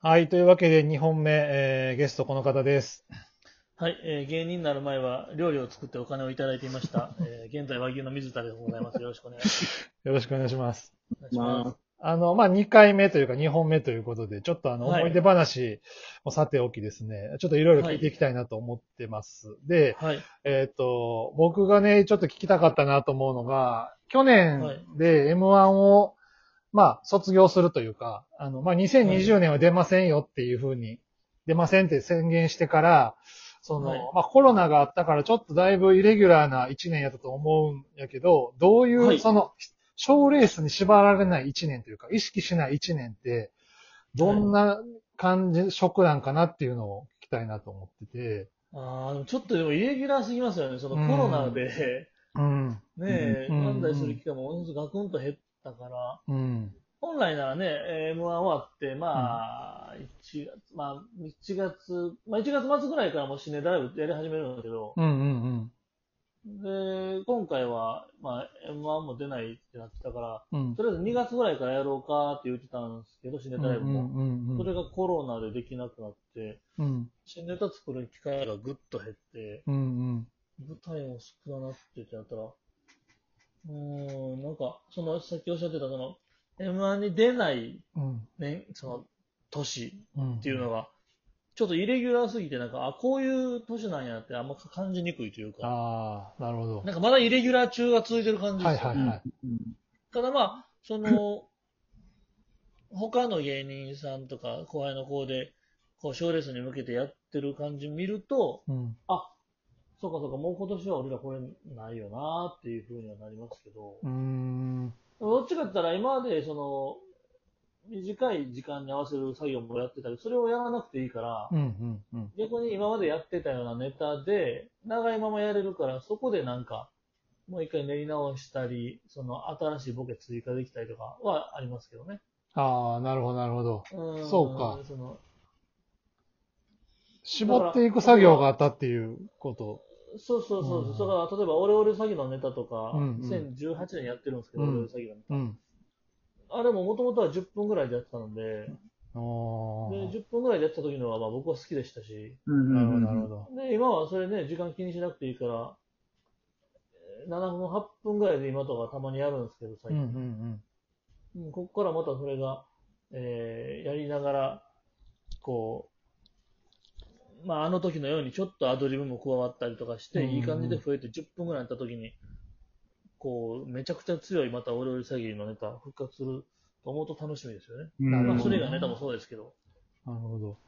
はい、というわけで2本目、えーゲストこの方です。はい、えー芸人になる前は料理を作ってお金をいただいてい ました。えー現在和牛の水田でございます。よろしくお願いしよろしくお願いします。ます。あの、まあ、2回目というか2本目ということで、ちょっとあの、はい思い出話もさておきですね、ちょっといろいろ聞いていきたいなと思ってます。で、はい、えっ、と、僕がね、ちょっと聞きたかったなと思うのが、去は年いで M1 を、まあ、卒業するというか、あの、まあ、2020年は出ませんよっていうふうに、出ませんって宣言してから、その、はいまあ、コロナがあったからちょっとだいぶイレギュラーな1年やったと思うんやけど、どういう、はいその、賞レースに縛られない1年というか、意識しない1年って、どんな感じ、職なんかなっていうのを聞きたいなと思ってて、あーでもちょっとでもイレギュラーすぎますよね。そのコロナで、うん、ねえ、うん漫才する機会もおのずとガクンと減ったから、うん。本来ならね、えー M1 終わって、まあ、1月、まあ、1月、まあ1月末ぐらいからもうシネダライブやり始めるんだけど、うんうんうん。で、今回は、まあ、M1 も出ないってなってたから、うんとりあえず2月ぐらいからやろうかって言ってたんですけど、新ネタライブも。うんそれがコロナでできなくなって、うん新ネタ作る機会がぐっと減って、うんうん舞台も少なくなってってなったら、うーん、なんか、その、さっきおっしゃってた、その、M1 に出ないうん年、その、年うんっていうのが、ちょっとイレギュラーすぎて、なんか、あ、こういう年なんやってあんま感じにくいというか、ああ、なるほど。なんかまだイレギュラー中が続いてる感じではすいよね。はいはい。ただまあ、その、 他の芸人さんとか後輩の子で、こう、賞レースに向けてやってる感じ見ると、うんそうかそうか、もう今年は俺らこれないよなっていうふうにはなりますけど、うーんどっちかって言ったら今までその、短い時間に合わせる作業もやってたり、それをやらなくていいから、うんうんうん逆に今までやってたようなネタで、長いままやれるから、そこでなんか、もう一回練り直したり、その新しいボケ追加できたりとかはありますけどね。ああ、なるほどなるほど。うんそうかその絞っていく作業があったっていうこと。そうそうそう。うんそれから例えば、オレオレ詐欺のネタとか、うんうん2018年やってるんですけど、うんオレオレ詐欺のネタ。うん。あれももともとは10分ぐらいでやってたので、おーで10分ぐらいでやってた時のはまあ僕は好きでしたし、なるほどなるほど。で、今はそれね、時間気にしなくていいから、えー7分、8分ぐらいで今とかたまにやるんですけど、最うんう近。んうんここからまたそれが、えーやりながら、こう、まあ、あの時のようにちょっとアドリブも加わったりとかして、うんうんいい感じで増えて10分ぐらいになった時に、こう、めちゃくちゃ強いまたオレオレ詐欺のネタ復活すると思うと楽しみですよね。なるほどまあ、それ以外のネタもそうですけど。うん。なるほど。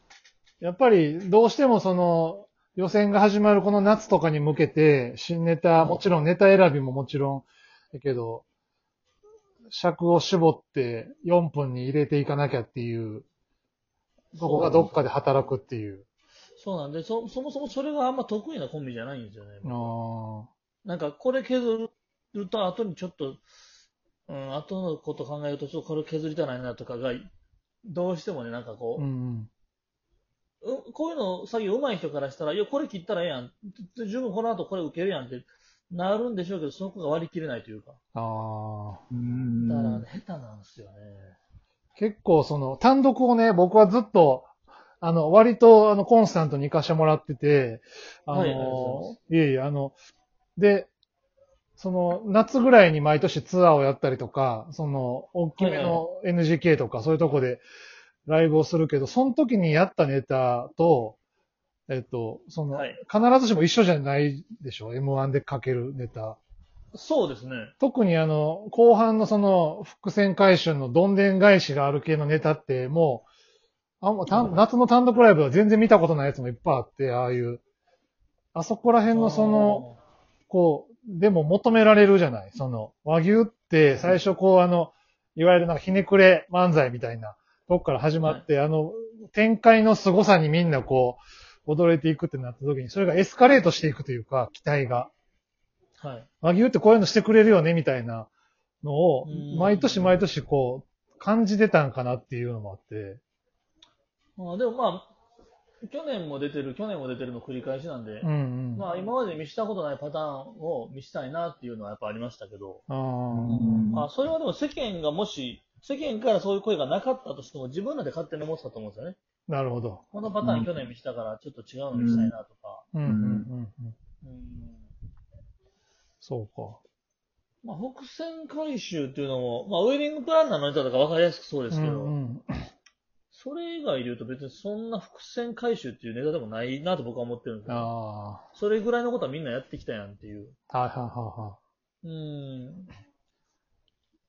やっぱりどうしてもその予選が始まるこの夏とかに向けて新ネタ、もちろんネタ選びももちろんだけど、尺を絞って4分に入れていかなきゃっていうそこがどっかで働くっていう。そうなんで、そそもそもそれがあんま得意なコンビじゃないんですよね。あなんか、これ削ると、後にちょっと、うん、後のこと考えると、ちょっとこれ削りたないなとかが、どうしてもね、なんかあ。こうう、んうこういうの作業上手い人からしたら、いや、これ切ったらええやん。十分この後これ受けるやんってなるんでしょうけど、そこが割り切れないというか。うん。ああ。だから、ね、下手なんですよね。結構その単独をね、僕はずっと、あの、割とあの、コンスタントに行かしてもらってて、あの、はいいありがとうございまえいえ、あの、で、その、夏ぐらいに毎年ツアーをやったりとか、その、大きめの NGK とか、そういうとこでライブをするけど、その時にやったネタと、えっと、その、はい必ずしも一緒じゃないでしょ ?M1 でかけるネタ。そうですね。特にあの、後半のその、伏線回収のどんでん返しがある系のネタって、もう、あんまたん夏の単独ライブは全然見たことないやつもいっぱいあって、ああいう、あそこら辺のその、こう、でも求められるじゃないその、和牛って最初こうあの、いわゆるなんかひねくれ漫才みたいな、とこから始まって、あの、展開の凄さにみんなこう、驚いていくってなった時に、それがエスカレートしていくというか、期待が。あー、はい。和牛ってこういうのしてくれるよね、みたいなのをう、ん毎年毎年こう、感じてたんかなっていうのもあって。まあ、でもまあ、去年も出てる、去年も出てるの繰り返しなんで、うんうん。まあ、今まで見したことないパターンを見したいなっていうのはやっぱありましたけど、あーまあ、それはでも世間がもし、世間からそういう声がなかったとしても、自分らで勝手に思ってたと思うんですよね。なるほど。このパターうンん去年見したから、ちょっと違うのにしたいなとか。うんうんうんうん。うん。そうか。まあ、北線回収っていうのも、まあ、ウェディングプランナーのネタとか分かりやすくそうですけど、うんうんそれ以外で言うと別にそんな伏線回収っていうネタでもないなと僕は思ってるんですよ。あそれぐらいのことはみんなやってきたやんっていう。あ。はいはいはいはうーん。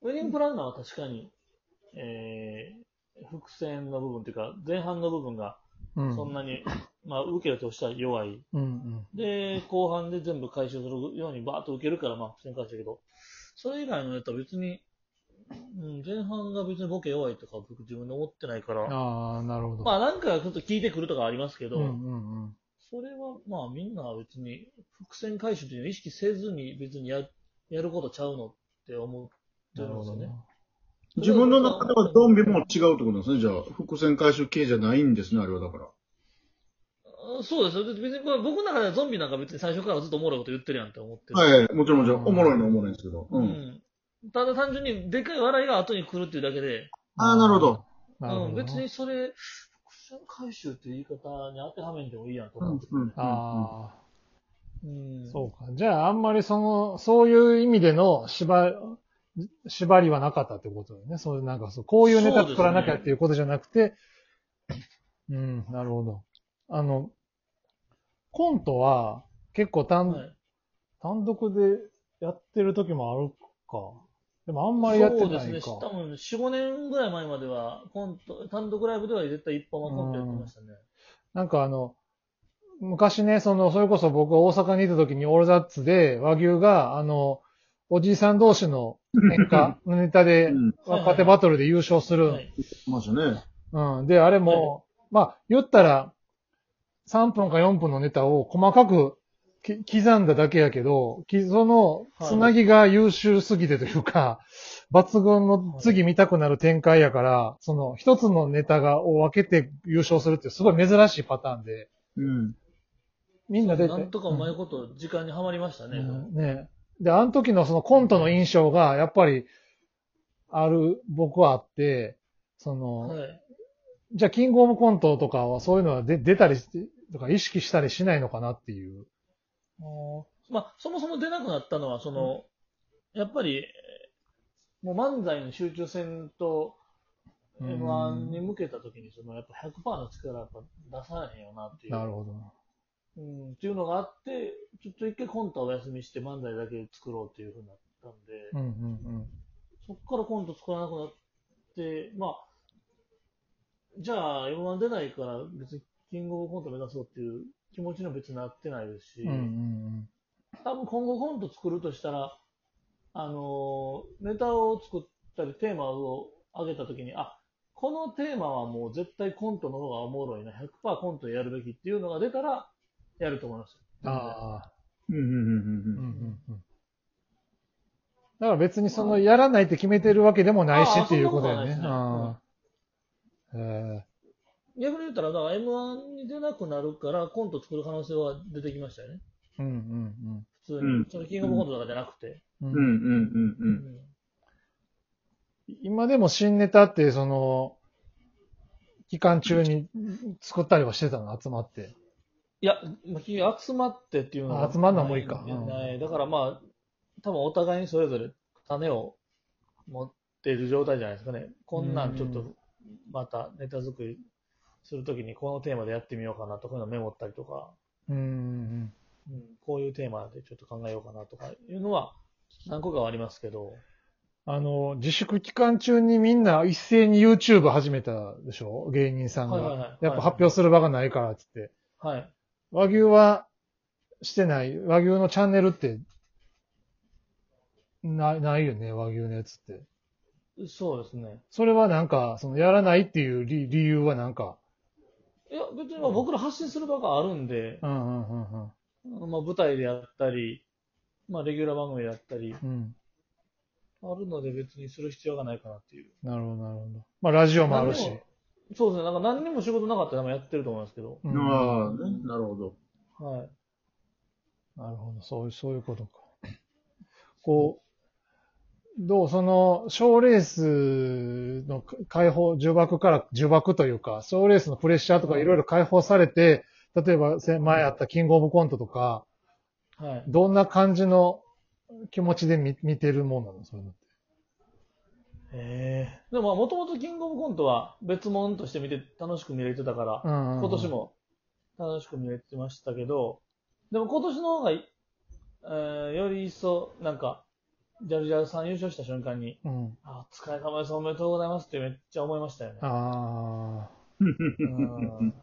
ウェディングプランナーは確かに、えー、伏線の部分というか、前半の部分がい。うん。そんなに、まあ、受けるとしたら弱い。うんうん。で、後半で全部回収するようにバーッと受けるから、まあ、伏線回収だけど、それ以外のネタは別に、うん、前半が別にボケ弱いとか僕自分で思ってないから、ああ、なるほど。まあ、なんかちょっと聞いてくるとかありますけうど、んうんうん。それは、まあみんな別に、伏線回収というのを意識せずに別にややることちゃうのって思ってなるるんほですよどねね。。自分の中ではゾンビも違うってことなんですね。じゃあ、伏線回収系じゃないんですね、あれはだから。うんそうですよ。別にこれ僕の中ではゾンビなんか別に最初からずっとおもろいこと言ってるやんって思ってる。はいはい、もちろんもちうろんん。おもろいのはおもろいんですけど。ううん。ん。ただ単純にでかい笑いが後に来るっていうだけで、ああ、なるほど。なるほうん、どね。別にそれ、伏線回収っていう言い方に当てはめんでもいいやんとうか。んうん。あ。ああ。うん。そうか。じゃあ、あんまりその、そういう意味での縛、縛りはなかったってことだよね。そういう、なんかそう、こういうネタ作らなきゃっていうことじゃなくて、うん、なるほど。あの、コントは結構単、はい単独でやってる時もあるか。でもあんまりやってないか。そうですね。多分4、5年ぐらい前までは、コント、単独ライブでは絶対一本はコントやってましたね。なんかあの、昔ね、その、それこそ僕が大阪にいた時にオールザッツで和牛が、あの、おじいさん同士の喧 嘩のネタうで、ん。若手バトルで優勝する。はいましたね。うん。で、あれも、まあ、言ったら、3分か4分のネタを細かくき刻んだだけやけど、きその、つなぎが優秀すぎてというか、抜群の次見たくなる展開やから、その、一つのネタが、を分けて優勝するってすごい珍しいパターンで、うん。みんな出て。なんとかうまいこと時間にはまりましたうんね。うんねで、あの時のそのコントの印象が、やっぱり、ある、僕はあって、その、はい。じゃあ、キングオブコントとかはそういうのは出出たりして、とか意識したりしないのかなっていう。まあ、そもそも出なくなったのは、その、やっぱり、えーもう漫才の集中戦とうん M1 に向けた時に、その、やっぱ100%の力はやっぱ出されへんよなっていう。なるほど。うん、っていうのがあって、ちょっと一回コントはお休みして漫才だけ作ろうっていうふうになったんで、うんうんそっからコント作らなくなって、まあ、じゃあ M1 出ないから別にキングオブコント目指そうっていう気持ちには別になってないですし、うん。うんうん多分今後コント作るとしたら、あのーネタを作ったりテーマを上げたときに、あ、このテーマはもう絶対コントの方がおもろいな、100%コントやるべきっていうのが出たら、やると思います。うん。ああ。うんうんうんううん。うんんうん。だから別にその、やらないって決めてるわけでもないしあーっていうことだよねそ。んなことはああ。へ逆に言ったら、だから M1 に出なくなるから、コント作る可能性は出てきましたよね。え。うん普通に。うんそのキングオブコントとかじゃなくて。うんうん。うんうんううんん今でも新ネタって、その、期間中に作ったりはしてたの、集まって。いや、まあ君集まってっていうのは。あ集まんのは無理かないうんないだからまあ、多分お互いにそれぞれ種を持っている状態じゃないですかね。こんなんちょっうと、またネタ作りするときにこのテーマでやってみようかなとか、こういうのメモったりとか、うんうんうんこういうテーマでちょっと考えようかなとかいうのは何個かはありますけど。うん。あの、自粛期間中にみんな一斉に YouTube 始めたでしょ芸人さんが。はいはいはいやっぱ発表する場がないからっつって。はい。和牛はしてない。和牛のチャンネルって、ない、ないよね、和牛のやつって。そうですね。それはなんか、そのやらないっていう理理由はなんか、いや、別にまあ僕ら発信する場があるんで、うんうんうんうん。まあ、舞台でやったり、まあ、レギュラー番組でやったり、うん。あるので別にする必要がないかなっていう。なるほど、なるほど。まあ、ラジオもあるし何。でもそうですね。なんか何にも仕事なかったら多分やってると思いますけど。ううんん。ああ、ねなるほど。はい。なるほど、そういう、そういうことか。こう、どう、その、賞レースの解放、呪縛から、呪縛というか、賞レースのプレッシャーとかいろいろ解放されて、例えばせ前あったキングオブコントとか、はい。どんな感じの気持ちで見見てるもんなのそういうのって。ええでも、もともとキングオブコントは別物として見て楽しく見れてたから、うんうんうん今年。も楽しく見れてましたけど、でも今年の方がい、えーより一層、なんか、ジャルジャルさん優勝した瞬間に、うん。あ、お疲れ様です、おめでとうございますってめっちゃ思いましたよね。ああ。うん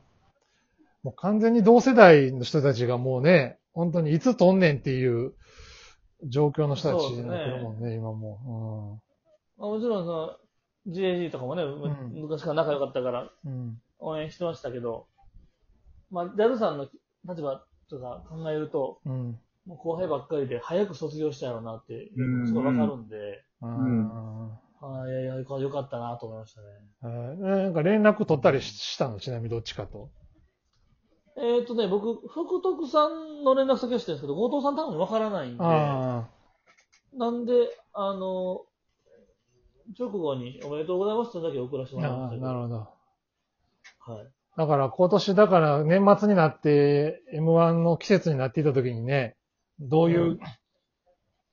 もう完全に同世代の人たちがもうね、本当にいつとんねんっていう状況の人たちになってるもんね、今もまあ、もちろんその、GAG とかもね、むうん昔から仲良かったからう。うん。応援してましたけど、まあ、ジャルさんの立場とか考えると、うん。もう後輩ばっかりで早く卒業したやろうなってう、んすごいわかるんで、うん。はい、いやいや、よかったなと思いましたね。えーなんか連絡取ったりししたのちなみにどっちかと。えっ、とね、僕、福徳さんの連絡先は知ってるんですけど、後藤さん多分わからないんで、あなんで、あの、直後におめでとうございますとだけ送らせてーもらいまあしー、たけど、なるほど。はい。だから今年、だから年末になって M1 の季節になっていた時にね、どういう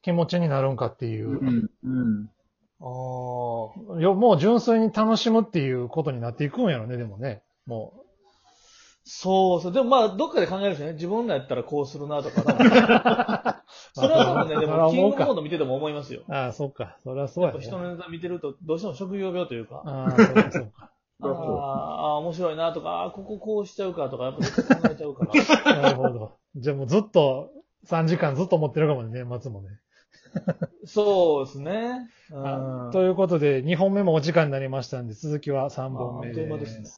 気持ちになるんかっていうう、ん。うん。ああ、よもう純粋に楽しむっていうことになっていくんやろね、でもね。もそうそう。でもまあ、どっかで考えるしね、自分らやったらこうするなとか、多分 それは多分ね、でそれはも、キ思ンうグかコント見てても思いますよ。う。ああ、そうか。そりゃそうや、やっぱ人ね。のネタ見てると、どうしても職業病というか、ああ、そうか、そうか。あーそうあー、面白いなとか、あーこここうしちゃうかとか、やっぱ絶対考えちゃう から。なるほど。じゃあもうずっと、3時間ずっと持ってるかもね、年末もね。そうですね。うん。ということで、2本目もお時間になりましたんで、続きは3本目ああっという間ですね